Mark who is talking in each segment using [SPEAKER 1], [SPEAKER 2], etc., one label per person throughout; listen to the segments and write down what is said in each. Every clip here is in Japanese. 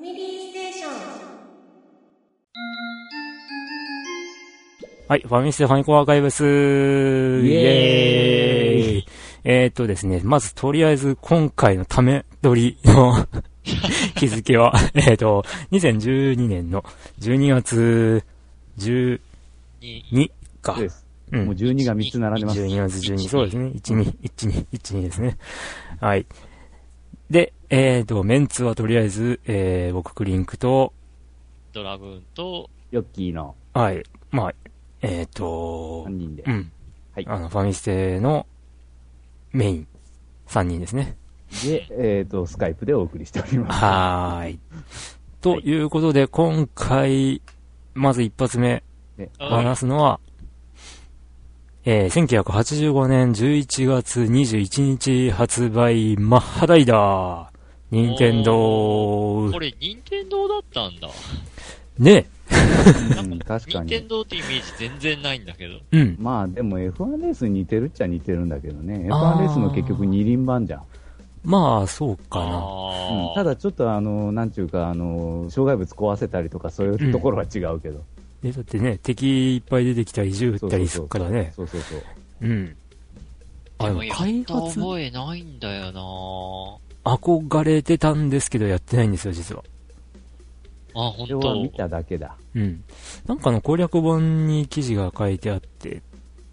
[SPEAKER 1] ニティステーション。
[SPEAKER 2] はい、ファミステファニコンアーカイブスイエーイえーっとですね、まずとりあえず今回のため撮りの 日付は、 えーっと、2012年の12月12
[SPEAKER 3] に、
[SPEAKER 2] か。
[SPEAKER 4] です。
[SPEAKER 2] うん
[SPEAKER 4] もう12が3つ並んでます。
[SPEAKER 2] 12月12、そうですね。12、12、12ですね。はい。で、えーと、メンツはとりあえず、えー、僕、クリンクと、
[SPEAKER 3] ドラグーンと、
[SPEAKER 4] ヨッキーの
[SPEAKER 2] はい、まあ、えーと
[SPEAKER 4] 3、人で
[SPEAKER 2] う。ん。
[SPEAKER 4] はい
[SPEAKER 2] あの、ファミステのメイン、3人ですね。
[SPEAKER 4] で、えっ、と、スカイプでお送りしております。
[SPEAKER 2] はーい。ということで、今回、まず一発目、
[SPEAKER 4] で
[SPEAKER 3] あ
[SPEAKER 2] 話すのは、えー、1985年11月21日発売、マッハダイダー、任天堂
[SPEAKER 3] これ、任天堂だったんだ。
[SPEAKER 2] ね
[SPEAKER 4] うん、確か
[SPEAKER 3] 任天
[SPEAKER 4] に。
[SPEAKER 3] 堂ってイメージ全然ないんだけど。
[SPEAKER 2] え、うん。
[SPEAKER 4] まあでも F1 レースに似てるっちゃ似てるんだけどね。
[SPEAKER 2] あー
[SPEAKER 4] F1 レースの結局二輪版じゃん。
[SPEAKER 2] まあ、そう
[SPEAKER 3] あ
[SPEAKER 2] かな。
[SPEAKER 3] ー
[SPEAKER 4] うんた、だちょっとあの、なんちゅうか、あの、障害物壊せたりとかそういうところは違うけど。
[SPEAKER 2] え、だってね、敵いっぱい出てきたり、銃撃ったりす
[SPEAKER 4] そうそうそう
[SPEAKER 2] るからね。
[SPEAKER 4] そうそうそう。
[SPEAKER 2] うん。あ、で
[SPEAKER 3] でも
[SPEAKER 2] も
[SPEAKER 3] やっ
[SPEAKER 2] 開
[SPEAKER 3] た
[SPEAKER 2] 発、
[SPEAKER 3] 覚えないんだよ
[SPEAKER 2] 憧れてたんですけど、やってないんですよ、実は。
[SPEAKER 3] なあ、ほん
[SPEAKER 4] それは見
[SPEAKER 3] と。
[SPEAKER 4] ただけだ。
[SPEAKER 2] うん。なんかの攻略本に記事が書いてあってっ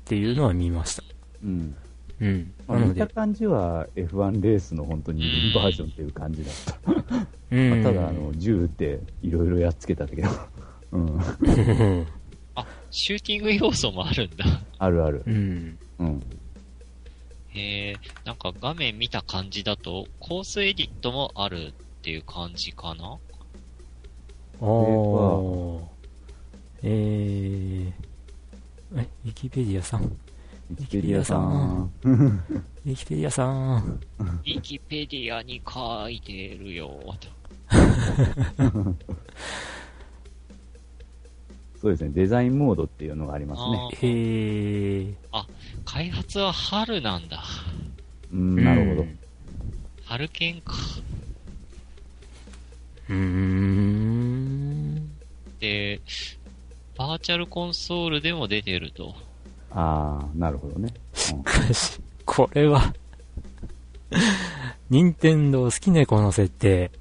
[SPEAKER 2] ていうのは見ました。
[SPEAKER 4] うん。
[SPEAKER 2] うん。
[SPEAKER 4] ま
[SPEAKER 2] な
[SPEAKER 4] あ
[SPEAKER 2] の
[SPEAKER 4] 見た
[SPEAKER 2] で、
[SPEAKER 4] 感じは F1 レースの本当に二輪バージョンっていう感じだった。
[SPEAKER 2] う
[SPEAKER 4] まあ
[SPEAKER 2] ん。
[SPEAKER 4] ただあ の、銃撃っていろいろやっつけたんだけど。うん。
[SPEAKER 3] あ、シューティング要素もあるんだ。
[SPEAKER 4] あるある
[SPEAKER 2] う。ん。
[SPEAKER 4] うん。
[SPEAKER 3] へえ、なんか画面見た感じだと、コースエディットもあるっていう感じかな
[SPEAKER 2] あー。えー、え、ウィキペディアさん。ウ
[SPEAKER 4] ウィキペディアさん。
[SPEAKER 2] ィキペディアさん。
[SPEAKER 3] ウィキペディアに書いてるよ、と。
[SPEAKER 4] そうですね、デザインモードっていうのがありますね。
[SPEAKER 3] あ
[SPEAKER 2] えー、
[SPEAKER 3] ー開発は春なんだ。
[SPEAKER 4] うん、なるほど。
[SPEAKER 3] 春剣か。
[SPEAKER 2] うーん。
[SPEAKER 3] で、バーチャルコンソールでも出てると。
[SPEAKER 4] ああ、なるほどね。
[SPEAKER 2] かし、これは、任天堂好きね、この設定。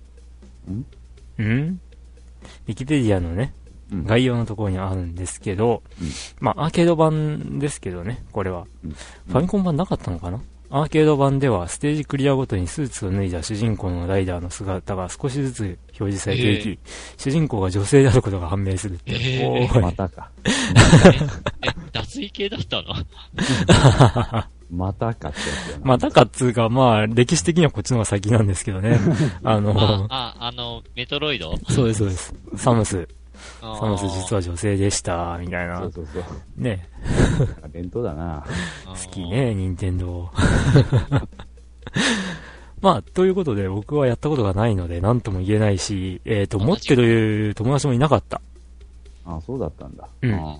[SPEAKER 2] んんウィキペディアのね、
[SPEAKER 4] うん。うん
[SPEAKER 2] 概要のところにあるんですけど、
[SPEAKER 4] うん
[SPEAKER 2] まあ、アーケード版ですけどね、これは。
[SPEAKER 4] うん
[SPEAKER 2] ファミコン版なかったのかなアーケード版では、ステージクリアごとにスーツを脱いだ主人公のライダーの姿が少しずつ表示されていき、
[SPEAKER 3] ええ
[SPEAKER 2] 主人公が女性であることが判明するって、
[SPEAKER 3] ええ
[SPEAKER 2] おーい
[SPEAKER 4] またか。
[SPEAKER 3] え、脱衣系だったの
[SPEAKER 4] またかってやつだな。
[SPEAKER 2] まあ、だかっつうか、まあ、歴史的にはこっちの方が先なんですけどね。あ
[SPEAKER 3] あ
[SPEAKER 2] の、、
[SPEAKER 3] あ、あの、メトロイド
[SPEAKER 2] そうです、そうです。サムス、
[SPEAKER 3] サ
[SPEAKER 2] サムス実は女性でした、みたい
[SPEAKER 4] そ
[SPEAKER 2] な
[SPEAKER 4] う。そうそう。
[SPEAKER 2] ね、
[SPEAKER 4] なんか伝統だな。
[SPEAKER 3] 好
[SPEAKER 2] 好き。ね、任天堂 まあ、ということで、僕はやったことがないので、なんとも言えないし、えっ、と、持ってる友達もいなかった。
[SPEAKER 4] ああ、そうだったんだ。
[SPEAKER 2] うん
[SPEAKER 4] あ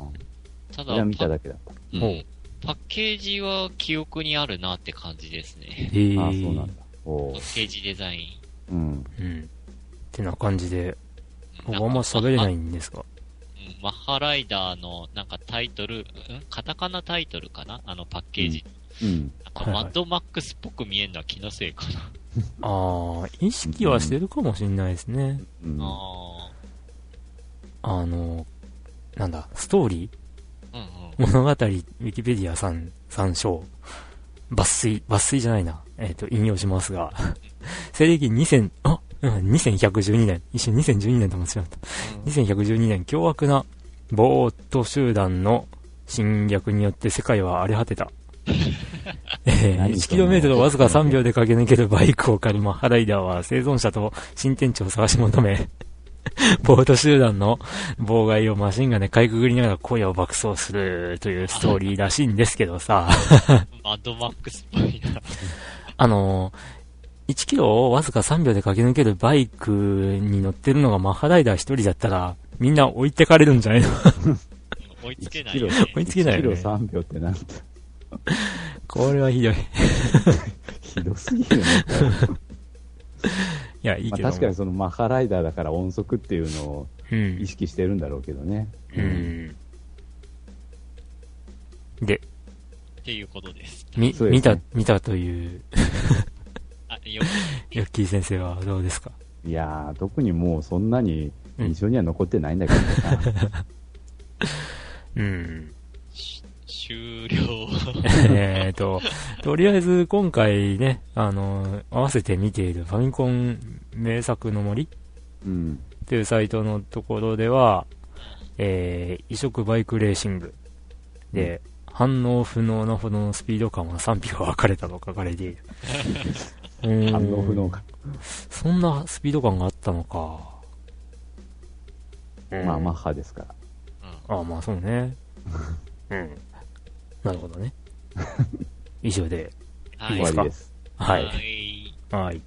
[SPEAKER 3] た
[SPEAKER 4] あ。じゃあ
[SPEAKER 3] だ
[SPEAKER 4] 見た
[SPEAKER 3] パ、
[SPEAKER 4] だけだった。
[SPEAKER 3] うん
[SPEAKER 2] ほう
[SPEAKER 3] パッケージは記憶にあるなって感じですね。
[SPEAKER 2] えー
[SPEAKER 4] ああ、そうなんだ。お
[SPEAKER 3] パ
[SPEAKER 4] お。
[SPEAKER 3] ッケージデザイン。
[SPEAKER 4] うん。
[SPEAKER 2] うん。ってな感じで、僕は
[SPEAKER 3] なん
[SPEAKER 2] あ
[SPEAKER 3] か
[SPEAKER 2] んま喋れな
[SPEAKER 3] あ
[SPEAKER 2] いんですが。
[SPEAKER 3] うんマッハライダーのなんかタイトル、んカタカナタイトルかなあのパッケージ。
[SPEAKER 4] うん。
[SPEAKER 3] なんか
[SPEAKER 2] はいは
[SPEAKER 3] マ
[SPEAKER 2] い
[SPEAKER 3] ッドマックスっぽく見えるのは気のせいかな。
[SPEAKER 2] ああ、意識はしてるかもしれないですね。
[SPEAKER 4] うん。
[SPEAKER 3] あ
[SPEAKER 2] あの、なんだ、ストーリー
[SPEAKER 3] あ。うんうん。
[SPEAKER 2] 物語、ウィキペディアさん参照。抜粋、抜粋じゃないな。えっ、と、引用しますが、 西暦2000、あ、うん、2112年。一瞬2012年と間違った。2112年、凶悪なボート集団の侵略によって世界は荒れ果て た。えー、
[SPEAKER 4] 何それ
[SPEAKER 2] 1km をわずか3秒で駆け抜けるバイクを借りマッハライダーは生存者と新天地を探し求め、 ボート集団の妨害をマシンガンでかいくぐりながら荒野を爆走するというストーリーらしいんですけど さ、
[SPEAKER 3] マッドマックスっぽいな。
[SPEAKER 2] あのー、1キロをわずか3秒で駆け抜けるバイクに乗ってるのがマッハライダー1人だったら、みんな置いてかれるんじゃないの
[SPEAKER 3] 追いつけない
[SPEAKER 4] キ
[SPEAKER 3] よ
[SPEAKER 4] ロ
[SPEAKER 3] ね。
[SPEAKER 2] 追いつけない
[SPEAKER 4] キ
[SPEAKER 2] よ
[SPEAKER 4] ロ
[SPEAKER 2] ね。
[SPEAKER 4] 3秒ってなんて、
[SPEAKER 2] これはひどい。い
[SPEAKER 4] ひどすぎるね。
[SPEAKER 2] い や、いいけ
[SPEAKER 4] まあ、
[SPEAKER 2] ども。
[SPEAKER 4] 確かにそのマハライダーだから音速っていうのを
[SPEAKER 2] うん
[SPEAKER 4] 意。識してるんだろうけどね。
[SPEAKER 2] うん。で、
[SPEAKER 3] っていうことです。
[SPEAKER 2] み、
[SPEAKER 4] そうですね
[SPEAKER 2] 見た、見たという、
[SPEAKER 3] あ、よく
[SPEAKER 2] ヨッキー先生はどうですか
[SPEAKER 4] いやー、特にもうそんなに
[SPEAKER 2] うん
[SPEAKER 4] 印象には残ってないんだけどさ。
[SPEAKER 2] うん。
[SPEAKER 3] 終了。
[SPEAKER 2] えっと、とりあえず今回ね、あの、合わせて見ているファミコン名作の森
[SPEAKER 4] うん。
[SPEAKER 2] っていうサイトのところでは、えー、移植バイクレーシングで、反応不能なほどのスピード感は賛否が分かれたと書かれて いる。うーん
[SPEAKER 4] 反応不能か。
[SPEAKER 2] そんなスピード感があったのか。
[SPEAKER 4] まあ、マッハですから。
[SPEAKER 3] うん
[SPEAKER 2] ああ、まあそうね。うん。なるほどね。以上で。
[SPEAKER 3] は
[SPEAKER 2] い
[SPEAKER 3] い
[SPEAKER 4] 終
[SPEAKER 2] で
[SPEAKER 4] わ
[SPEAKER 2] すか
[SPEAKER 4] りです。
[SPEAKER 2] は。
[SPEAKER 3] はいい。
[SPEAKER 2] はい。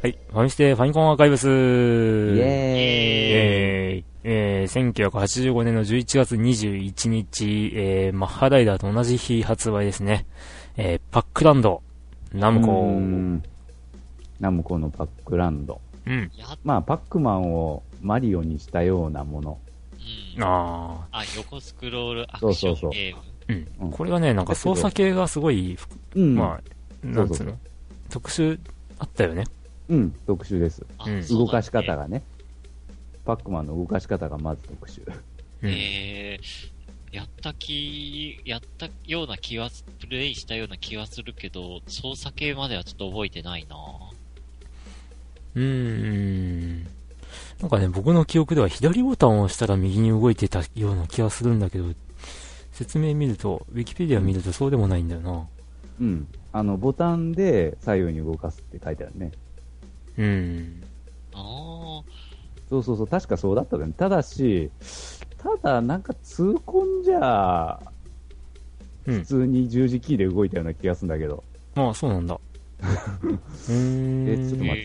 [SPEAKER 2] はい。ファミステファミコンアーカイブスイ
[SPEAKER 4] イ
[SPEAKER 2] ェ
[SPEAKER 4] エーイ。
[SPEAKER 2] えーえー1985年の11月21日、えーマッハライダーと同じ日発売ですね。えーパックランド、ナムコ、
[SPEAKER 4] う
[SPEAKER 2] うん
[SPEAKER 4] んナムコのパックランド。
[SPEAKER 3] やっ、
[SPEAKER 4] まあ、パックマンをマリオにしたようなもの。
[SPEAKER 3] うん。
[SPEAKER 2] あ
[SPEAKER 3] あ、横スクロールアクションゲー
[SPEAKER 2] ーう。
[SPEAKER 3] ム。
[SPEAKER 4] うんん
[SPEAKER 2] これがね、なんか操作系がすごい、
[SPEAKER 4] うん。
[SPEAKER 2] まあ、なんつ
[SPEAKER 4] そううそうそ
[SPEAKER 2] の、特殊あったよね。
[SPEAKER 4] うん、特殊です。
[SPEAKER 3] あ
[SPEAKER 2] うん
[SPEAKER 3] そう
[SPEAKER 4] 動
[SPEAKER 3] だ
[SPEAKER 4] かし方がね。パックマンの動かし方がまず特殊。
[SPEAKER 2] うん
[SPEAKER 3] えー、やった気、やったような気はす、プレイしたような気はするけど、操作系まではちょっと覚えてないな
[SPEAKER 2] うーん。なんかね、僕の記憶では左ボタンを押したら右に動いてたような気がするんだけど、説明見ると、ウィキペディア見るとそうでもないんだよな。
[SPEAKER 4] うん。あの、ボタンで左右に動かすって書いてあるね。
[SPEAKER 2] うん。
[SPEAKER 3] あ
[SPEAKER 4] そうそうそう、確かそうだったよね。ただし、ただ、なんか痛恨じゃ、
[SPEAKER 2] うん
[SPEAKER 4] 普通に十字キーで動いたような気がするんだけど。
[SPEAKER 2] ああ、そうなんだ。 うーん。
[SPEAKER 4] えちょっ
[SPEAKER 3] ー
[SPEAKER 4] と待って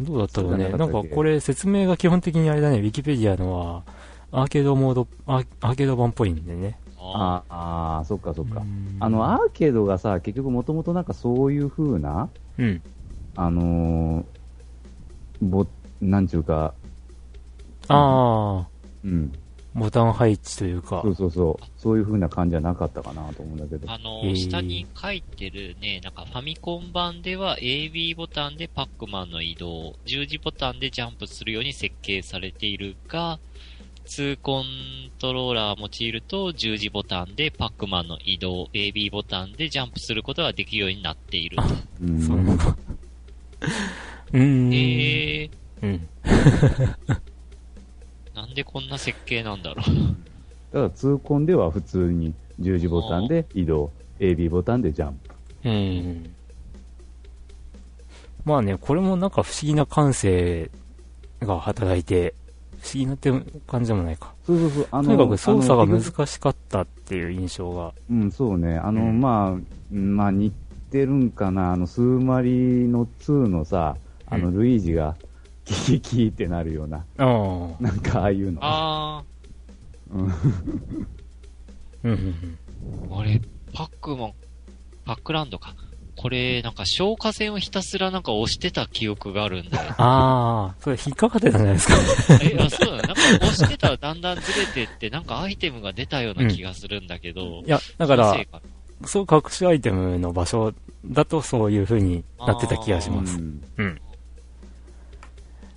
[SPEAKER 3] え
[SPEAKER 2] どうだったろうね。
[SPEAKER 4] そうじ
[SPEAKER 2] な
[SPEAKER 4] ゃなんかった
[SPEAKER 2] か
[SPEAKER 4] っけ
[SPEAKER 2] これ説明が基本的にあれだね、ウィキペディアのは、アーケードモード、アーアーケード版っぽいんでね。
[SPEAKER 3] ー、あ
[SPEAKER 4] ああー、そっかそっか。
[SPEAKER 2] うん
[SPEAKER 4] あの、アーケードがさ、結局もともとなんかそういう風な、
[SPEAKER 2] うん。
[SPEAKER 4] あのー、ぼ、なんちゅうか、
[SPEAKER 2] ああ、
[SPEAKER 4] うん。
[SPEAKER 2] ボタン配置というか
[SPEAKER 4] そ。うそうそう。そういう風な感じじゃなかったかなと思うんだけど。
[SPEAKER 3] あの、
[SPEAKER 2] えー
[SPEAKER 3] 下に書いてるね、なんかファミコン版では AB ボタンでパックマンの移動、十字ボタンでジャンプするように設計されているが、2コントローラーを用いると十字ボタンでパックマンの移動、AB ボタンでジャンプすることができるようになっている。
[SPEAKER 4] うん
[SPEAKER 2] そうなんだ。うーん。
[SPEAKER 3] えー、
[SPEAKER 2] うん。
[SPEAKER 3] なんでこんな設計なんだろ
[SPEAKER 4] ただ、痛恨では普通に十字ボタンで移動、AB ボタンでジャンプ。
[SPEAKER 2] うん。まあね、これもなんか不思議な感性が働いて、不思議なって感じでもないか。
[SPEAKER 4] そうそうそう。あ
[SPEAKER 2] とにかく操作が
[SPEAKER 4] あの
[SPEAKER 2] 難しかったっていう印象が。
[SPEAKER 4] うん、そうね。あの、
[SPEAKER 2] うん
[SPEAKER 4] まあ、うんまあ、似てるんかな。あの、スーマリの2のさ、あ
[SPEAKER 2] う
[SPEAKER 4] の、
[SPEAKER 2] ん
[SPEAKER 4] ルイージが、 キキキーってなるような、
[SPEAKER 2] ああ。
[SPEAKER 4] なんかああいうの。
[SPEAKER 3] あ
[SPEAKER 4] うん、
[SPEAKER 2] うんうん
[SPEAKER 3] ー、あれ、パックマン、パックランドか。これ、なんか消火栓をひたすらなんか押してた記憶があるんだよ。
[SPEAKER 2] ああ、それ引っかかってたんじゃないですか。
[SPEAKER 3] え、あ、そうだ、なんか押してたらだんだんずれてって、なんかアイテムが出たような気がするんだけど。
[SPEAKER 2] いや、だか
[SPEAKER 3] 気のせ
[SPEAKER 2] ら
[SPEAKER 3] い、かな
[SPEAKER 2] そう隠しアイテムの場所だとそういう風になってた気がし
[SPEAKER 4] う
[SPEAKER 2] ます。
[SPEAKER 4] ん。
[SPEAKER 2] うん。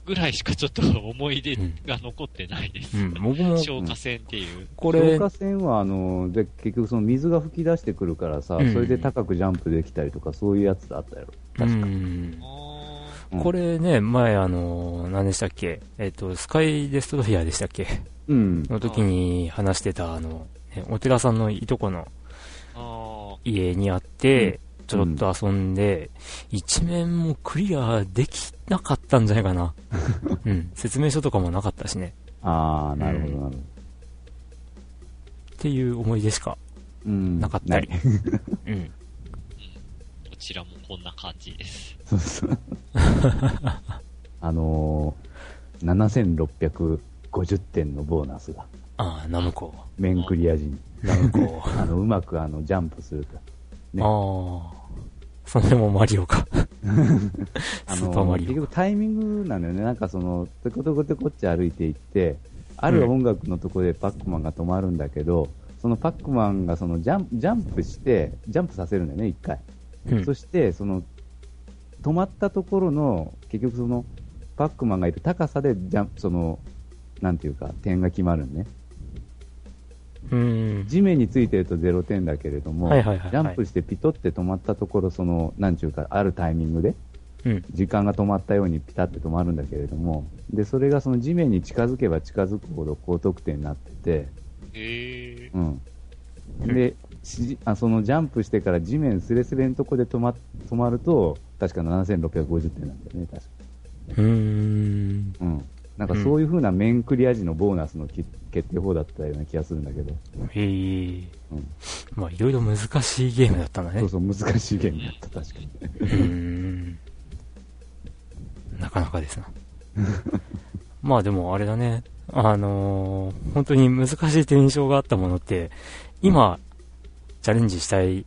[SPEAKER 3] ぐらいしかちょっと思い出が残ってないです。
[SPEAKER 2] うん。僕も、
[SPEAKER 3] 消火栓っていう。
[SPEAKER 2] こ
[SPEAKER 4] 消
[SPEAKER 2] れ、
[SPEAKER 4] 火栓は、あの、で、結局その水が噴き出してくるからさ、
[SPEAKER 2] うん
[SPEAKER 4] それで高くジャンプできたりとか、そういうやつだったやろ。
[SPEAKER 2] う
[SPEAKER 4] 確か。
[SPEAKER 2] ん。
[SPEAKER 3] あ
[SPEAKER 4] うん
[SPEAKER 2] これね、前あの、何でしたっけえっと、スカイデストロイヤーでしたっけ
[SPEAKER 4] うん。
[SPEAKER 2] の時に話してた、あの、ねお寺さんのいとこの
[SPEAKER 3] ーあ
[SPEAKER 2] 家にあって、ちょろっと遊んで、一面もクリアできなかったんじゃないか な。うん。説明書とかもなかったしね。
[SPEAKER 4] ああ、なるほど、なるほど。
[SPEAKER 2] っていう思い出しか
[SPEAKER 4] うん。
[SPEAKER 2] なかったり
[SPEAKER 4] ない。
[SPEAKER 2] うん。
[SPEAKER 3] ー、こちらもこんな感じです。
[SPEAKER 4] そ うそう。あのー、7650点のボーナスが。
[SPEAKER 2] ああ、ナムコ。
[SPEAKER 4] 面クリア時に。
[SPEAKER 2] ナムコ。
[SPEAKER 4] あの、うまくあの、ジャンプすると。ね
[SPEAKER 2] ああ。それもマリオか。
[SPEAKER 4] あ
[SPEAKER 2] スーパーマ
[SPEAKER 4] の、
[SPEAKER 2] リオ
[SPEAKER 4] 結局タイミングなんだよね。なんかその、てこてこてこっち歩いていって、ある音楽のとこでパックマンが止まるんだけど、そのパックマンがそのジャンジャンプして、ジャンプさせるんだよね、一回。
[SPEAKER 2] うん
[SPEAKER 4] そして、その、止まったところの、結局その、パックマンがいる高さで、ジャンプ、その、なんていうか、点が決まるんね。
[SPEAKER 2] うん。
[SPEAKER 4] 地面についてると0点だけれども、
[SPEAKER 2] はいはいはいはい
[SPEAKER 4] ジャンプしてピトって止まったところ、その、なんちゅうか、あるタイミングで、
[SPEAKER 2] うん。
[SPEAKER 4] 時間が止まったようにピタって止まるんだけれども、で、それがその地面に近づけば近づくほど高得点になってて、
[SPEAKER 3] へえ。
[SPEAKER 4] うん。
[SPEAKER 2] うん
[SPEAKER 4] で、しあそのジャンプしてから地面すれすれのとこで止ま止まると、確か7650点なんだよね、確か。
[SPEAKER 2] うーん。
[SPEAKER 4] うん。なんかそういう風な面クリア時のボーナスのき決定法だったような気がするんだけど、
[SPEAKER 2] へえ。
[SPEAKER 4] うん。
[SPEAKER 2] まあ、いろいろ難しいゲームだったんだね。
[SPEAKER 4] そうそう、難しいゲームだった、確かに。
[SPEAKER 2] うーんなかなかですな。 まあでもあれだね、あのー本当に難しいって印象があったものって、今、チャレンジしたい、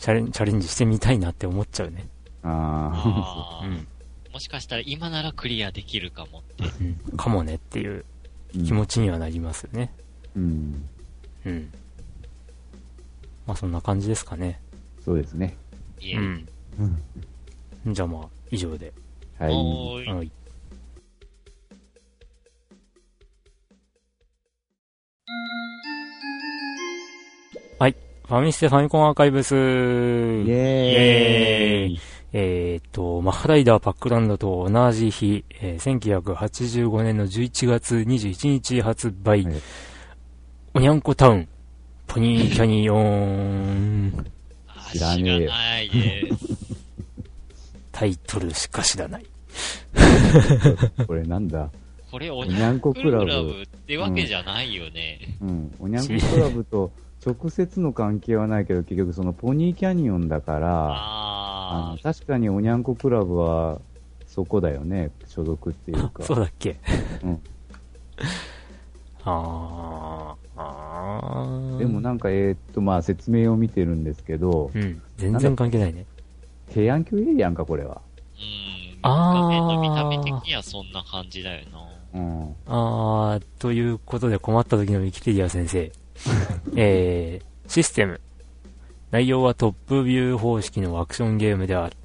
[SPEAKER 2] チャレンチャレンジしてみたいなって思っちゃうね。
[SPEAKER 4] あ
[SPEAKER 3] あ
[SPEAKER 2] う
[SPEAKER 3] あ、
[SPEAKER 2] ん。
[SPEAKER 3] もしかしたら今ならクリアできるかもって。
[SPEAKER 2] うん、かもねっていう
[SPEAKER 4] あ、
[SPEAKER 2] 気持ちにはなりますよね。
[SPEAKER 4] うん。
[SPEAKER 2] うん。まあそんな感じですかね。
[SPEAKER 4] そうですね。
[SPEAKER 3] いうえ。
[SPEAKER 2] ん。じゃあまあ、以上で。
[SPEAKER 4] はい。
[SPEAKER 3] おーい。
[SPEAKER 2] はい。はい。ファミステファミコンアーカイブス。イ
[SPEAKER 4] イ
[SPEAKER 2] ェ
[SPEAKER 4] エーイ
[SPEAKER 2] イえーっと、マハライダーパックランドと同じ日、えー1985年の11月21日発売、
[SPEAKER 4] はい
[SPEAKER 2] おにゃんこタウン、ポニーキャニオン、
[SPEAKER 3] あ
[SPEAKER 4] 知らねえよ
[SPEAKER 3] 知らないです。
[SPEAKER 2] タイトルしか知らない。
[SPEAKER 4] これなんだ
[SPEAKER 3] これ、お
[SPEAKER 4] お
[SPEAKER 3] に
[SPEAKER 4] に
[SPEAKER 3] ゃ
[SPEAKER 4] ゃ
[SPEAKER 3] ん
[SPEAKER 4] ん
[SPEAKER 3] こ
[SPEAKER 4] こ
[SPEAKER 3] ク
[SPEAKER 4] ク
[SPEAKER 3] ラ
[SPEAKER 4] ラ
[SPEAKER 3] ブ
[SPEAKER 4] ブ
[SPEAKER 3] ってわけじゃないよね。
[SPEAKER 4] うん、おにゃんこクラブと直接の関係はないけど、結局そのポニーキャニオンだから、あ
[SPEAKER 3] あ
[SPEAKER 4] の確かにおにゃんこクラブはそこだよね、所属っていうか。
[SPEAKER 2] そうだっけ
[SPEAKER 4] うん
[SPEAKER 2] あーあー。
[SPEAKER 4] でもなんか、えーっと、まあ説明を見てるんですけど、
[SPEAKER 2] うん。全然関係ないね。
[SPEAKER 4] 平安京エリアンか、これは。
[SPEAKER 3] ー。うん。
[SPEAKER 2] あー
[SPEAKER 3] 画面の見た目的にはそんな感じだよな。
[SPEAKER 4] うん。
[SPEAKER 2] あー、ということで困った時のウィキペディア先生。えー、システム。内容はトップビュー方式のアクションゲームである。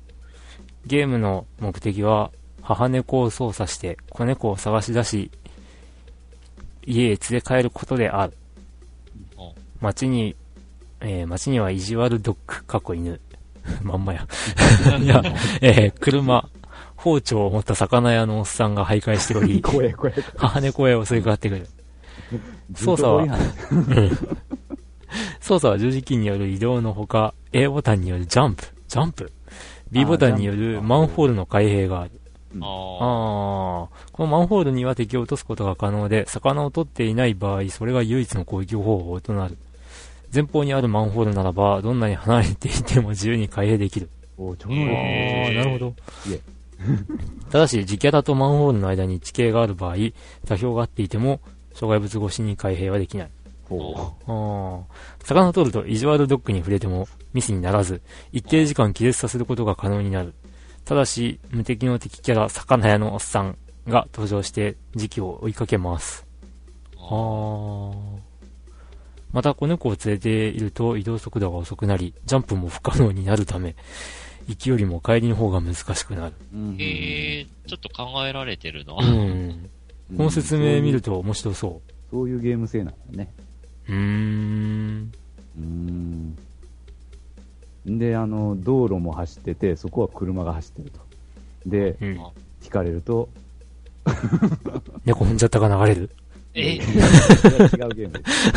[SPEAKER 2] ゲームの目的は、母猫を操作して子猫を探し出し、家へ連れ帰ることである
[SPEAKER 3] お。
[SPEAKER 2] 街に、えー街には意地悪ドッグ、過去犬。 まんまや。いや、 えー車、包丁を持った魚屋のおっさんが徘徊しており、
[SPEAKER 4] 怖え、怖え。
[SPEAKER 2] 母猫へ襲いかかってくる。操作
[SPEAKER 4] ずっと
[SPEAKER 2] は、
[SPEAKER 4] こういう話
[SPEAKER 2] 操作は十字キーによる移動のほか、A ボタンによるジャンプ、ジャンプ ?B ボタンによるマンホールの開閉がある。
[SPEAKER 4] うん
[SPEAKER 3] ああ。
[SPEAKER 2] あーこのマンホールには敵を落とすことが可能で、魚を取っていない場合、それが唯一の攻撃方法となる。前方にあるマンホールならば、どんなに離れていても自由に開閉できる。
[SPEAKER 4] お超
[SPEAKER 2] あ
[SPEAKER 4] 能力
[SPEAKER 3] へ
[SPEAKER 2] ー
[SPEAKER 3] ー
[SPEAKER 2] なるほど
[SPEAKER 4] いえ。
[SPEAKER 2] ただし、自キャラとマンホールの間に地形がある場合、座標があっていても、障害物越しに開閉はできない。
[SPEAKER 4] こ
[SPEAKER 2] あー魚を取ると意地悪ドッグに触れてもミスにならず、一定時間気絶させることが可能になる。ただし、無敵の敵キャラ、魚屋のおっさんが登場して時期を追いかけます。あーまた、子猫を連れていると移動速度が遅くなり、ジャンプも不可能になるため、行きよりも帰りの方が難しくなる。
[SPEAKER 4] ううん
[SPEAKER 3] ええちょっと考えられてるな。
[SPEAKER 2] うん。
[SPEAKER 4] うん
[SPEAKER 2] この説明見ると面白そ
[SPEAKER 4] そういうゲーム性なんだね。
[SPEAKER 2] う。うーん。
[SPEAKER 4] うーん。で、あの、道路も走ってて、そこは車が走ってると。で、
[SPEAKER 2] うん。
[SPEAKER 4] 引かれると、
[SPEAKER 2] 猫踏んじゃったか流れる
[SPEAKER 3] え
[SPEAKER 4] それは違うゲームです。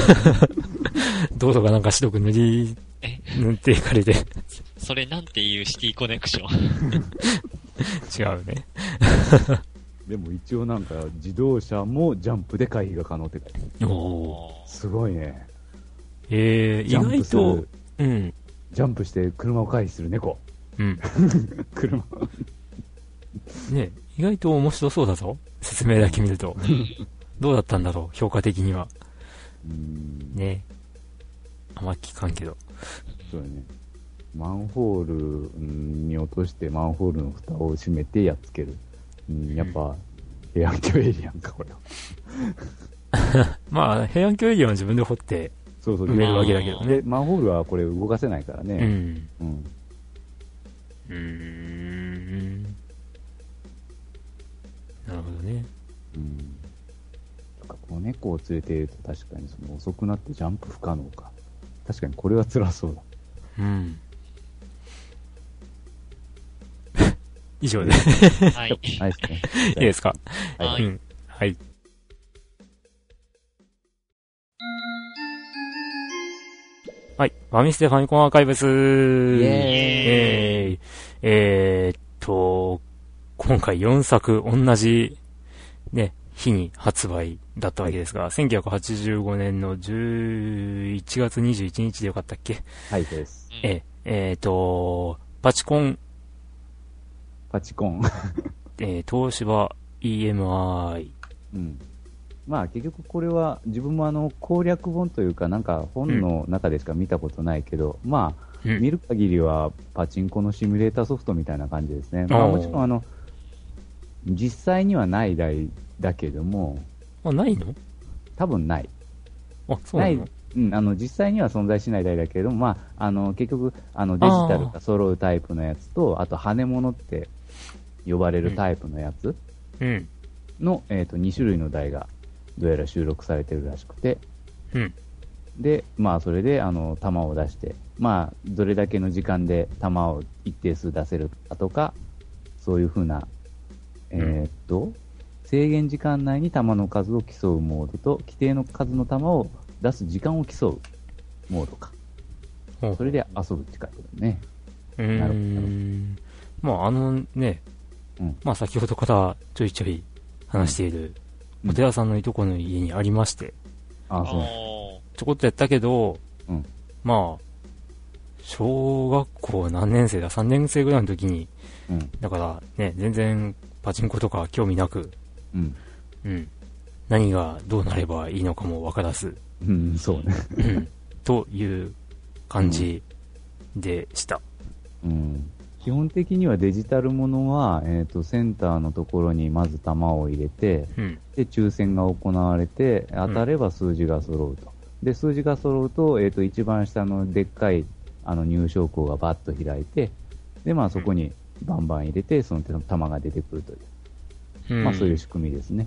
[SPEAKER 2] 道路がなんか白く塗り
[SPEAKER 3] え、
[SPEAKER 2] 塗っていかれて、
[SPEAKER 3] それなんていうシティコネクション。
[SPEAKER 2] 違うね。
[SPEAKER 4] でも一応なんか、自動車もジャンプで回避が可能って書いてある
[SPEAKER 2] お
[SPEAKER 4] すごいね。
[SPEAKER 2] えー、
[SPEAKER 4] ジャン
[SPEAKER 2] 意
[SPEAKER 4] プ
[SPEAKER 2] 外
[SPEAKER 4] する
[SPEAKER 2] と、うん、
[SPEAKER 4] ジャンプして車を回避する猫。
[SPEAKER 2] うん。
[SPEAKER 4] 車。
[SPEAKER 2] ね、意外と面白そうだぞ。説明だけ見ると。どうだったんだろう、評価的には。
[SPEAKER 4] うん
[SPEAKER 2] ね。あんま聞かんけど。
[SPEAKER 4] そうだね。マンホールうんに落としてマンホールの蓋を閉めてやっつける。うん、やっぱ、平安京エリアンか、これは。
[SPEAKER 2] まあ、平安京エリアは自分で掘って
[SPEAKER 4] そうそう、
[SPEAKER 2] 埋めるわけだけどね。
[SPEAKER 4] で、マンホールはこれ動かせないから
[SPEAKER 2] う
[SPEAKER 4] ね。
[SPEAKER 2] ん。
[SPEAKER 4] うん。
[SPEAKER 2] うーん。なるほどね。
[SPEAKER 4] うん。とか、子猫を連れていると確かにその遅くなってジャンプ不可能か。確かにこれは辛そう
[SPEAKER 2] う
[SPEAKER 4] だ。
[SPEAKER 2] ん。 以上 で。
[SPEAKER 3] はい。
[SPEAKER 4] ないです ね。
[SPEAKER 2] いいですか
[SPEAKER 3] は
[SPEAKER 2] う
[SPEAKER 3] い。
[SPEAKER 2] ん。はい。はい。ファミステファミコンアーカイブスイ
[SPEAKER 4] イ
[SPEAKER 2] エ
[SPEAKER 4] エーイ
[SPEAKER 2] ーイえーっと、今回4作同じ、ね、日に発売だったわけですが、1985年の11月21日でよかったっけ
[SPEAKER 4] はい、そうです。
[SPEAKER 3] うん
[SPEAKER 2] えええーっと、パチコン、
[SPEAKER 4] パチコン。
[SPEAKER 2] えー東芝 EMI、
[SPEAKER 4] うん。まあ結局これは自分もあの攻略本というかなんか本の中でしか見たことないけど、まあ
[SPEAKER 2] うん
[SPEAKER 4] 見る限りはパチンコのシミュレーターソフトみたいな感じですね。まあ
[SPEAKER 2] おー
[SPEAKER 4] もちろんあの、実際にはない台だけども、
[SPEAKER 2] あ、ないの
[SPEAKER 4] 多分ない。
[SPEAKER 2] あ、そうなの
[SPEAKER 4] ないうん、あの実際には存在しない台だけれども、まあ、あの結局あのデジタルが揃うタイプのやつとあと羽物って呼ばれるタイプのやつ
[SPEAKER 2] うん。
[SPEAKER 4] の、えー、と2種類の台がどうやら収録されてるらしくて
[SPEAKER 2] うん。
[SPEAKER 4] で、まあ、それであの球を出して、まあ、どれだけの時間で球を一定数出せるかとかそういうふうな、えーっと制限時間内に球の数を競うモードと規定の数の球を出す時間を競うモードか。
[SPEAKER 2] ほう
[SPEAKER 4] それで遊ぶって書いてあるね。
[SPEAKER 2] うー
[SPEAKER 4] なるほど
[SPEAKER 2] ん。まあ、あのね、
[SPEAKER 4] うん
[SPEAKER 2] まあ、先ほどからちょいちょい話している、
[SPEAKER 4] うん
[SPEAKER 2] お寺さんのいとこの家にありまして、
[SPEAKER 4] あ
[SPEAKER 3] あ
[SPEAKER 4] そう。
[SPEAKER 3] ー
[SPEAKER 2] ちょこっとやったけど、
[SPEAKER 4] うん
[SPEAKER 2] まあ、小学校何年生だ ?3 年生ぐらいの時に、
[SPEAKER 4] うん。
[SPEAKER 2] だからね、全然パチンコとか興味なく、
[SPEAKER 4] うん。
[SPEAKER 2] うん。何がどうなればいいのかもわからず、
[SPEAKER 4] うん、そうね。
[SPEAKER 2] うんという感じでした。
[SPEAKER 4] うん。基本的にはデジタルものは、えっ、と、センターのところにまず玉を入れて、
[SPEAKER 2] うん。
[SPEAKER 4] で、抽選が行われて、当たれば数字が揃うと。で、数字が揃うと、えっ、と、一番下のでっかい、あの、入賞口がバッと開いて、で、まあそこにバンバン入れて、その手の玉が出てくるという。まあそういう仕組みですね。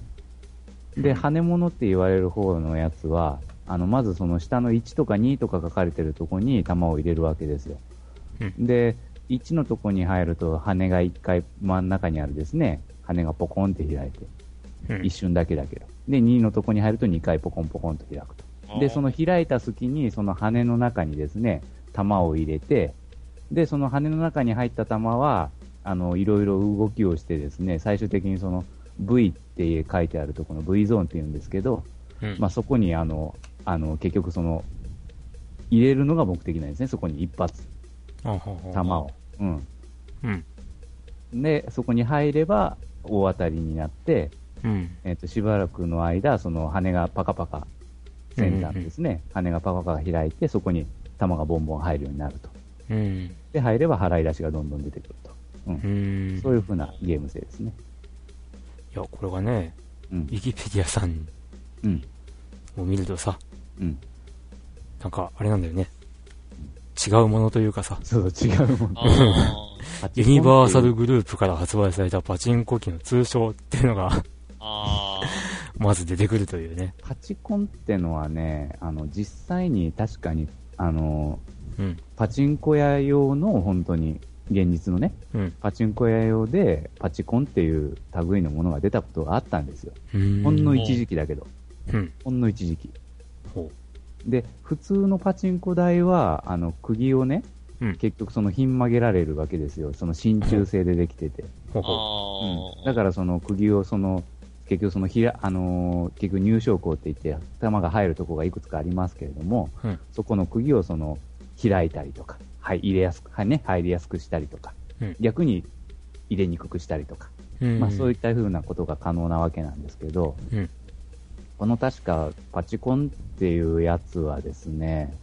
[SPEAKER 4] で、
[SPEAKER 2] うん
[SPEAKER 4] 羽物って言われる方のやつは、あの、まずその下の1とか2とか書かれてるとこに玉を入れるわけですよ。
[SPEAKER 2] う
[SPEAKER 4] で、1のとこに入ると羽が1回真ん中にあるですね。羽がポコンって開いて、
[SPEAKER 2] うん
[SPEAKER 4] 一瞬だけだけど。で、2のとこに入ると2回ポコンポコンと開くと。で、そ、の開いた隙に、その羽の中にですね、玉を入れて、で、その羽の中に入った玉は、あの、いろいろ動きをしてですね、最終的にその V って書いてあるとこの V ゾーンって言うんですけど、
[SPEAKER 2] うん
[SPEAKER 4] まあそこにあの、あの、結局その、入れるのが目的なんですね、そこに一発、
[SPEAKER 2] あはは
[SPEAKER 4] 玉を。うん。
[SPEAKER 2] うん。
[SPEAKER 4] で、そこに入れば大当たりになって、
[SPEAKER 2] うん。
[SPEAKER 4] えっとしばらくの間、その羽がパカパカ、センターですね、羽がパカパカ開いて、そこに玉がボンボン入るようになると。
[SPEAKER 2] うん。
[SPEAKER 4] で、入れば払い出しがどんどん出てくると。
[SPEAKER 2] うん。
[SPEAKER 4] そういう風なゲーム性ですね。
[SPEAKER 2] いや、これがね、
[SPEAKER 4] うん
[SPEAKER 2] ウ。ィキペディアさん
[SPEAKER 4] うん。
[SPEAKER 2] を見るとさ、
[SPEAKER 4] うん。
[SPEAKER 2] なんか、あれなんだよね。違うものというかさ、
[SPEAKER 4] そうそう、違うもん。
[SPEAKER 3] あ ー
[SPEAKER 2] ユニバーサルグループから発売されたパチンコ機の通称っていうのが、
[SPEAKER 3] あ
[SPEAKER 2] まず出てくるというね。
[SPEAKER 4] パチコンってのはね、あの、実際に確かに、あの、
[SPEAKER 2] うん。
[SPEAKER 4] パチンコ屋用の本当に、現実のね、
[SPEAKER 2] うん。
[SPEAKER 4] パチンコ屋用で、パチコンっていう類のものが出たことがあったんですよ。
[SPEAKER 2] うん
[SPEAKER 4] ほんの一時期だけど。
[SPEAKER 2] うん。
[SPEAKER 4] ほんの一時期。
[SPEAKER 2] ほ
[SPEAKER 4] で、普通のパチンコ台は、あの、釘をね、
[SPEAKER 2] うん
[SPEAKER 4] 結局そのひん曲げられるわけですよ。その真鍮製でできてて。
[SPEAKER 2] う。ほう
[SPEAKER 3] ー
[SPEAKER 2] ほ
[SPEAKER 4] う
[SPEAKER 3] あ、
[SPEAKER 4] んだかららその釘をその、結局そのひら、あのー結局入賞口って言って、玉が入るとこがいくつかありますけれども、
[SPEAKER 2] う。うん。
[SPEAKER 4] そこの釘をその、開いたりとか、はい、入れやすく、はいね、入りやすくしたりとか、
[SPEAKER 2] うん
[SPEAKER 4] 逆に入れにくくしたりとか、
[SPEAKER 2] うん。
[SPEAKER 4] まあそうい
[SPEAKER 2] い
[SPEAKER 4] った風なことが可能なわけなんですけど、
[SPEAKER 2] うん
[SPEAKER 4] この確かパチコンっていうやつはですね、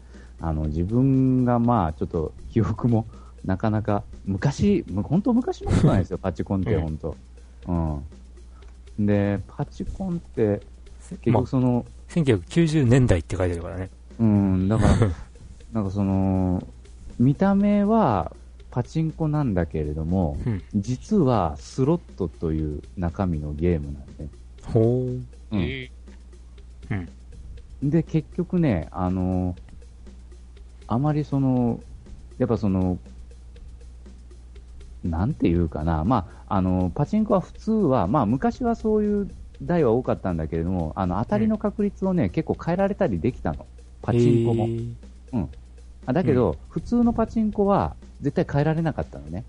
[SPEAKER 4] あの自分がまあちょっと記憶もなかなか昔、む本当昔のことなんで すよ、パチコンって本当。うん。で、パチコンって結
[SPEAKER 2] まあ
[SPEAKER 4] 局、その、
[SPEAKER 2] 1990年代って書いてあるからね。
[SPEAKER 4] うん、だから、 なんかその、見た目はパチンコなんだけれども、
[SPEAKER 2] うん。
[SPEAKER 4] 実はスロットという中身のゲームなんで、
[SPEAKER 2] ほう。
[SPEAKER 4] うん
[SPEAKER 3] え
[SPEAKER 4] で、結局ね、あのあまりその、やっぱその、なんていうかな、まあ、あのパチンコは普通は、まあ、昔はそういう台は多かったんだけれども、あの当たりの確率をね、結構変えられたりできたの。パチンコも
[SPEAKER 2] へ。ー
[SPEAKER 4] あだけど、普通のパチンコは絶対変えられなかったのね、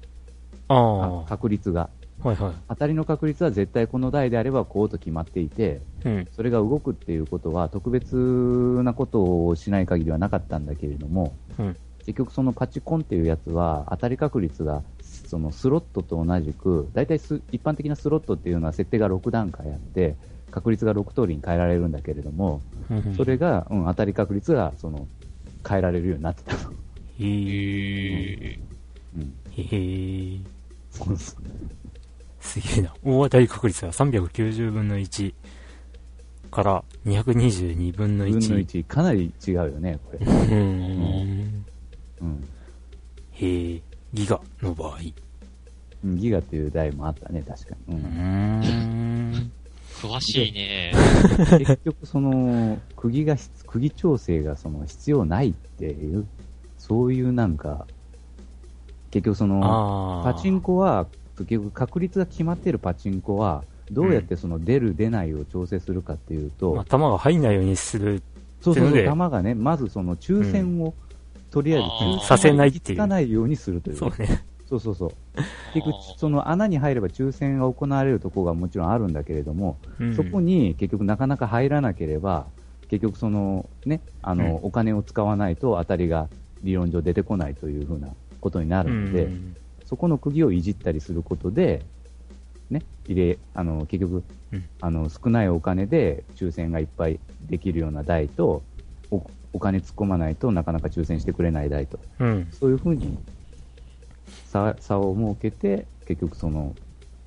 [SPEAKER 2] ああ
[SPEAKER 4] あの、確率が。
[SPEAKER 2] はいは
[SPEAKER 4] 当たりの確率は絶対この台であればこうと決まっていて、
[SPEAKER 2] い。うん。
[SPEAKER 4] それが動くっていうことは特別なことをしない限りはなかったんだけれども、
[SPEAKER 2] うん
[SPEAKER 4] 結局そのパチコンっていうやつは当たり確率がそのスロットと同じく大体す一般的なスロットっていうのは設定が6段階あって確率が6通りに変えられるんだけれども
[SPEAKER 2] うん
[SPEAKER 4] それが、うん、当たり確率がその変えられるようになってた の。
[SPEAKER 2] へ
[SPEAKER 3] ー
[SPEAKER 2] ー
[SPEAKER 3] え
[SPEAKER 4] うん
[SPEAKER 2] へー
[SPEAKER 4] そうそう
[SPEAKER 2] すげえな。大当たり確率が390分の1から222分の
[SPEAKER 4] 分の
[SPEAKER 2] 1。
[SPEAKER 4] 1かなり違うよね、これ。
[SPEAKER 2] うーん。
[SPEAKER 4] うん
[SPEAKER 2] へーギガの場合。
[SPEAKER 4] うん、ギガっていう台もあったね、確かに。う
[SPEAKER 2] うー
[SPEAKER 4] ん
[SPEAKER 2] ん。
[SPEAKER 3] 詳しいね。
[SPEAKER 4] 結局その釘がひ釘調整がその必要ないっていうそういうなんか結局その
[SPEAKER 2] ああ。
[SPEAKER 4] パチンコは結局確率が決まってるパチンコはどうやってその出る出ないを調整するかっていうと、
[SPEAKER 2] まあ、弾が入んないようにする。
[SPEAKER 4] そうそう
[SPEAKER 2] と
[SPEAKER 4] そ
[SPEAKER 2] いううので
[SPEAKER 4] 玉がねまずその抽選を、とりあえず抽選
[SPEAKER 3] うん
[SPEAKER 4] を
[SPEAKER 3] さ
[SPEAKER 2] せないっていう
[SPEAKER 4] つかないようにするという
[SPEAKER 2] そうね。
[SPEAKER 4] そうそうそう結局
[SPEAKER 3] あー
[SPEAKER 4] その穴に入れば抽選が行われるところがもちろんあるんだけれども、
[SPEAKER 2] うん
[SPEAKER 4] そこに結局なかなか入らなければ、結局そのね、あの、
[SPEAKER 2] う
[SPEAKER 4] お金を使わないと当たりが理論上出てこないというふうなことにな
[SPEAKER 2] あ
[SPEAKER 4] るので、
[SPEAKER 2] うん
[SPEAKER 4] そこの釘をいじったりすることで、ね、入れ、あの、結局、
[SPEAKER 2] うん
[SPEAKER 4] あの、少ないお金で抽選がいっぱいできるような台と、おお金突っ込まないとなかなか抽選してくれない台と、
[SPEAKER 2] うん。
[SPEAKER 4] そういうふうに差差を設けて、結局その、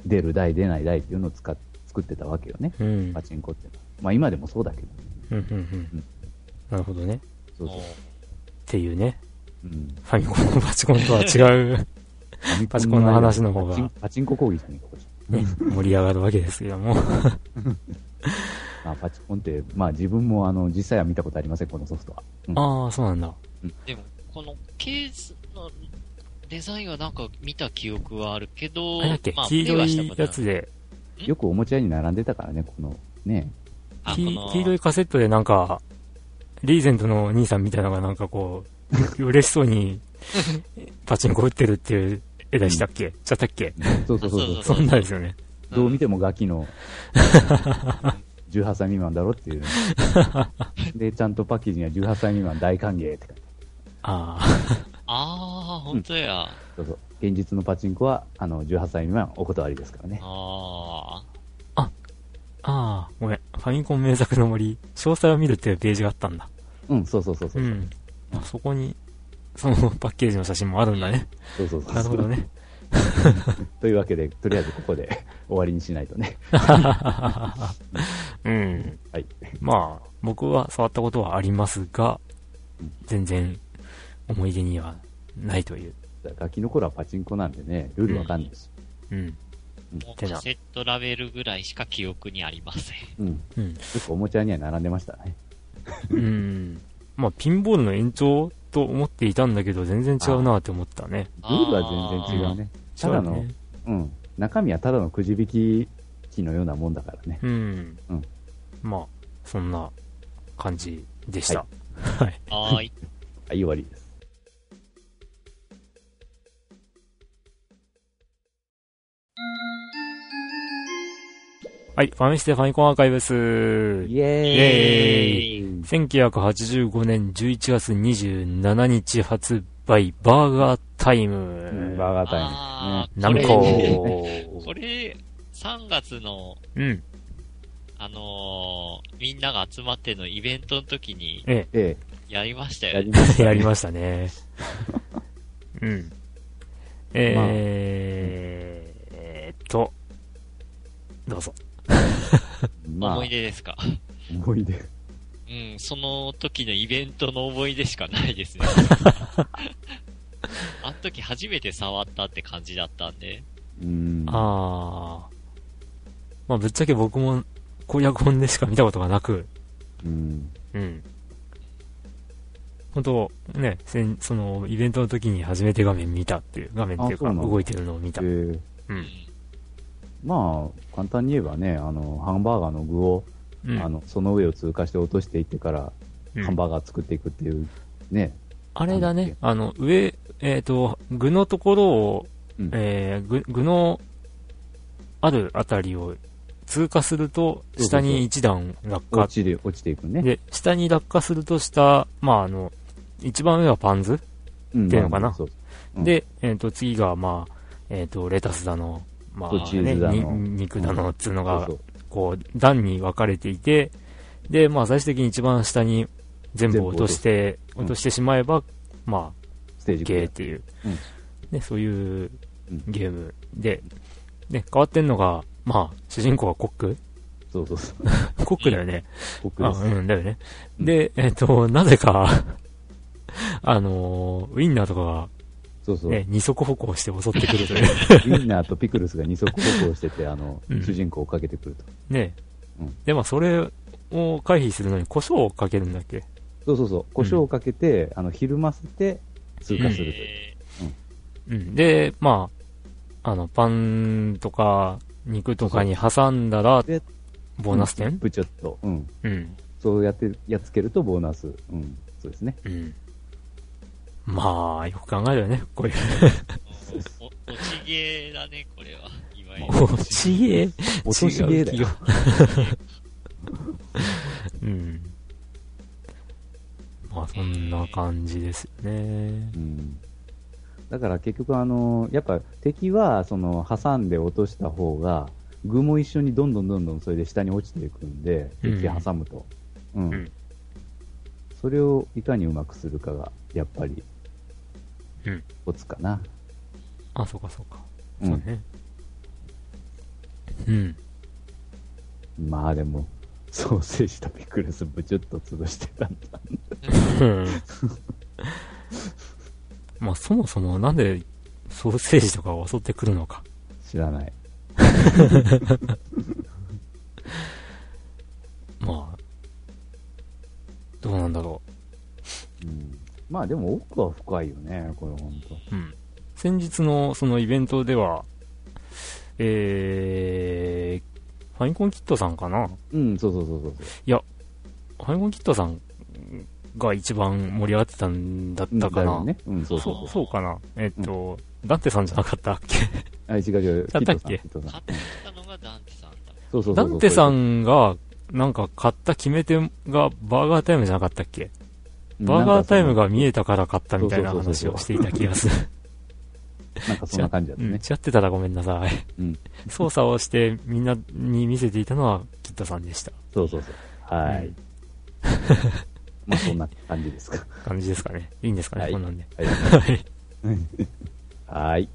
[SPEAKER 4] 出る台、出ない台っていうのを使っ作ってたわけよね。
[SPEAKER 2] うん。
[SPEAKER 4] パチンコってのは。まあ今でもそうだけど。
[SPEAKER 2] うん。うんうん。なるほどね。っ
[SPEAKER 4] そうそう。
[SPEAKER 2] ていうね。
[SPEAKER 4] うん。
[SPEAKER 2] ファミコンのパチコンとは違う、パチコンの話の方が
[SPEAKER 4] パチンパチンコ講義じゃねえか、これ。
[SPEAKER 2] ね、盛り上がるわけですけども。
[SPEAKER 4] まあパチコンって、まあ自分もあの、実際は見たことありません、このソフトは。うん
[SPEAKER 2] ああ、そうなんだ。
[SPEAKER 3] でも、このケースのデザインはなんか見た記憶はあるけど
[SPEAKER 2] あれだっけ、、
[SPEAKER 3] まあ、
[SPEAKER 2] 黄
[SPEAKER 3] 手
[SPEAKER 2] 色
[SPEAKER 3] はした
[SPEAKER 2] い
[SPEAKER 3] こと
[SPEAKER 2] や
[SPEAKER 3] ない
[SPEAKER 2] つで、
[SPEAKER 4] よくおもちゃ屋に並んでたからね、この、ね。
[SPEAKER 3] あ
[SPEAKER 2] 黄
[SPEAKER 3] この
[SPEAKER 2] 黄色いカセットでなんか、リーゼントの兄さんみたいなのがなんかこう、 嬉しそうに、パチンコ打ってるっていう絵でしたっけちゃったっけ
[SPEAKER 4] そうそうそうそう。
[SPEAKER 2] そんなんですよね。
[SPEAKER 4] どう見てもガキの、18歳未満だろっ ていうね。で、ちゃんとパッケージには18歳未満大歓迎って書いてある
[SPEAKER 2] ああ、
[SPEAKER 3] ああ、本当や。あ
[SPEAKER 4] そうそう。現実のパチンコは、あの、18歳未満お断りですからね。
[SPEAKER 3] あ
[SPEAKER 2] ああ、ごめん。ファミコン名作の森、詳細を見るっていうページがあったんだ。
[SPEAKER 4] うん、そうそうそうそうう。
[SPEAKER 2] ん。あそこに、そのパッケージの写真もあるんだね。
[SPEAKER 4] そうそうそう。
[SPEAKER 2] なるほどね。
[SPEAKER 4] というわけで、とりあえずここで終わりにしないとね。
[SPEAKER 2] うん。
[SPEAKER 4] はい。
[SPEAKER 2] まあ、僕は触ったことはありますが
[SPEAKER 4] うん、
[SPEAKER 2] 全然思い出にはないという。
[SPEAKER 4] ガキの頃はパチンコなんでね、ルールわかんないし。
[SPEAKER 2] うん。
[SPEAKER 3] もう
[SPEAKER 2] てな
[SPEAKER 3] カセットラベルぐらいしか記憶にありません。
[SPEAKER 4] うん。よ
[SPEAKER 2] うん。
[SPEAKER 4] くおもちゃ屋には並んでましたね。
[SPEAKER 2] うん。まあ、ピンボールの延長と思っていたんだけど、全然違うなって思ったね。
[SPEAKER 4] ルールは全然違うね。ただの、
[SPEAKER 2] 違うね
[SPEAKER 4] うん。中身はただのくじ引き機のようなもんだからね。
[SPEAKER 2] うん。
[SPEAKER 4] うん
[SPEAKER 2] まあ、そんな感じでした。
[SPEAKER 4] は
[SPEAKER 2] はい。
[SPEAKER 3] はーい。
[SPEAKER 4] はい、終わりです。
[SPEAKER 2] はい。ファミステファミコンアーカイブス。
[SPEAKER 4] イエーイ
[SPEAKER 2] イエ
[SPEAKER 4] ーイ
[SPEAKER 2] 1985年11月27日発売、バーガータイ
[SPEAKER 4] うん
[SPEAKER 2] ム。
[SPEAKER 4] バーガータ
[SPEAKER 3] あ
[SPEAKER 4] イ
[SPEAKER 3] ー
[SPEAKER 2] ナム
[SPEAKER 3] これ
[SPEAKER 2] コ
[SPEAKER 3] これ、3月の
[SPEAKER 2] うん。
[SPEAKER 3] あのーみんなが集まってのイベントの時に
[SPEAKER 2] え
[SPEAKER 4] え
[SPEAKER 3] やりました
[SPEAKER 4] え、
[SPEAKER 3] よ
[SPEAKER 4] やり
[SPEAKER 3] ね。
[SPEAKER 4] ま
[SPEAKER 2] え、
[SPEAKER 4] した、
[SPEAKER 2] やりましたね。うん。えー、えーっと、どうぞ。
[SPEAKER 4] まあ、
[SPEAKER 3] 思い出ですか。
[SPEAKER 4] 思い出。
[SPEAKER 3] うん、その時のイベントの思い出しかないですね。 あの時初めて触ったって感じだったんで。
[SPEAKER 4] うん。
[SPEAKER 2] あー。まあ、ぶっちゃけ僕も攻略本でしか見たことがなく、
[SPEAKER 4] うん。
[SPEAKER 2] うん。本当ね、せんその、イベントの時に初めて画面見たっていう、画面っていう
[SPEAKER 4] あ
[SPEAKER 2] か、
[SPEAKER 4] そうなの
[SPEAKER 2] 動いてるのを見た。
[SPEAKER 4] ええ
[SPEAKER 2] う。
[SPEAKER 3] うんん。
[SPEAKER 4] まあ、簡単に言えばね、あの、ハンバーガーの具を、
[SPEAKER 2] うん
[SPEAKER 4] あの、その上を通過して落としていってから、
[SPEAKER 2] うん
[SPEAKER 4] ハンバーガー作っていくっていう、ね。
[SPEAKER 2] あれだ
[SPEAKER 4] なんだ
[SPEAKER 2] ね
[SPEAKER 4] っ、
[SPEAKER 2] あの、上、えっ、と、具のところを、
[SPEAKER 4] うん
[SPEAKER 2] えー具、具のあるあたりを通過すると、
[SPEAKER 4] そうそ
[SPEAKER 2] 下
[SPEAKER 4] うそう
[SPEAKER 2] に一段落下
[SPEAKER 4] 落。ちる、落ちていくね。
[SPEAKER 2] で、下に落下すると下、まあ、あの、一番上はパンズ、
[SPEAKER 4] うん
[SPEAKER 2] っていうのかな
[SPEAKER 4] まあそううん
[SPEAKER 2] で、えっ、と、次が、まあ、えっ、と、レタスだの、ま
[SPEAKER 4] そう
[SPEAKER 2] あ、
[SPEAKER 4] チーズだの
[SPEAKER 2] に肉だの、つうのが、
[SPEAKER 4] そう
[SPEAKER 2] こう、段に分かれていて、で、まあ、最終的に一番下に全部落として、
[SPEAKER 4] 全部落とすうん
[SPEAKER 2] 落としてしまえば、ま
[SPEAKER 4] そうステー
[SPEAKER 2] あ、
[SPEAKER 4] ジ
[SPEAKER 2] ゲー
[SPEAKER 4] 系
[SPEAKER 2] っていう、
[SPEAKER 4] うん
[SPEAKER 2] ね、そういう
[SPEAKER 4] うん
[SPEAKER 2] ゲームで、ね、変わってんのが、まあ、主人公はコック
[SPEAKER 4] そうそうそう。
[SPEAKER 2] コックだよね。
[SPEAKER 4] 僕
[SPEAKER 2] あ
[SPEAKER 4] で
[SPEAKER 2] うん、だよね。
[SPEAKER 4] うん
[SPEAKER 2] で、えっ、と、なぜか、 あのーウィンナーとかが、
[SPEAKER 4] そうそう。
[SPEAKER 2] ね、二足歩行して襲ってく るという。
[SPEAKER 4] ウィンナーとピクルスが二足歩行してて、あの、
[SPEAKER 2] うん
[SPEAKER 4] 主人公をかけてくると。
[SPEAKER 2] ね。
[SPEAKER 4] うん
[SPEAKER 2] で、まあ、それを回避するのに胡椒をかけるんだっけ
[SPEAKER 4] そうそうそう。胡椒をかけて、あの、ひるませて、通過するという。
[SPEAKER 3] え
[SPEAKER 2] うん。で、まあ、あの、パンとか、肉とかに挟んだら
[SPEAKER 4] で、
[SPEAKER 2] ボーナス点
[SPEAKER 4] ぶちょっと。うん。
[SPEAKER 2] うん。
[SPEAKER 4] そうやって、やっつけるとボーナス。うん。そうですね。
[SPEAKER 2] うん。まあ、よく考えるよね、こういう。
[SPEAKER 3] ーおお落ちゲーだね、これは。いわゆる。
[SPEAKER 2] 落ちゲー
[SPEAKER 4] 落とし芸だよ。
[SPEAKER 2] うん。まあ、そんな感じですよね
[SPEAKER 4] う。ん。だから結局あの、やっぱ敵は、その、挟んで落とした方が、具も一緒にどんどんどんどんそれで下に落ちていくんで、
[SPEAKER 2] うん
[SPEAKER 4] 敵挟むと。うん。
[SPEAKER 2] うん
[SPEAKER 4] それをいかにうまくするかが、やっぱり、
[SPEAKER 2] うん
[SPEAKER 4] コツかな。
[SPEAKER 2] あ、そうか、そうか。
[SPEAKER 4] う
[SPEAKER 2] そうね。うん。
[SPEAKER 4] ん。まあでも、ソーセージとピクルスぶちゅっと潰してたんだ。
[SPEAKER 2] まあ、そもそもなんでソーセージとかを襲ってくるのか。
[SPEAKER 4] 知らない。
[SPEAKER 2] まあ、どうなんだろ
[SPEAKER 4] うん。まあでも奥は深いよね、これほんと。
[SPEAKER 2] う。うん。先日のそのイベントでは、えー、ファミコンキットさんかな
[SPEAKER 4] うん、そうそうそうそうそう。
[SPEAKER 2] ファミコンキットさんが一番盛り上がってたんだったか
[SPEAKER 4] だ
[SPEAKER 2] な、
[SPEAKER 4] よね。うん、そうそう
[SPEAKER 2] そ
[SPEAKER 4] そう
[SPEAKER 2] う、。そうかなえっと、ダンテさんじゃなかったっけ
[SPEAKER 4] あ、違う違う。
[SPEAKER 2] だったっけ
[SPEAKER 4] キットさ
[SPEAKER 3] 買
[SPEAKER 4] んキットさん
[SPEAKER 3] ってきたのがダンテさんだ。
[SPEAKER 4] そうそうそうそう。
[SPEAKER 2] ダンテさんが、なんか買った決め手がバーガータイムじゃなかったっけバーガータイムが見えたから買ったみたいな
[SPEAKER 4] そうそうそ
[SPEAKER 2] 話
[SPEAKER 4] うそう
[SPEAKER 2] をしていた気がする。
[SPEAKER 4] なんかそんな感じだった
[SPEAKER 2] うん、違
[SPEAKER 4] ね。
[SPEAKER 2] ってたらごめんなさい。
[SPEAKER 4] うん。
[SPEAKER 2] 操作をしてみんなに見せていたのはキッドさんでした。
[SPEAKER 4] そうそうそう。 はい。まあそんな感じですか。
[SPEAKER 2] 感じですかね。いいんですかね、
[SPEAKER 4] はい
[SPEAKER 2] こんなんで。
[SPEAKER 4] はい。はい。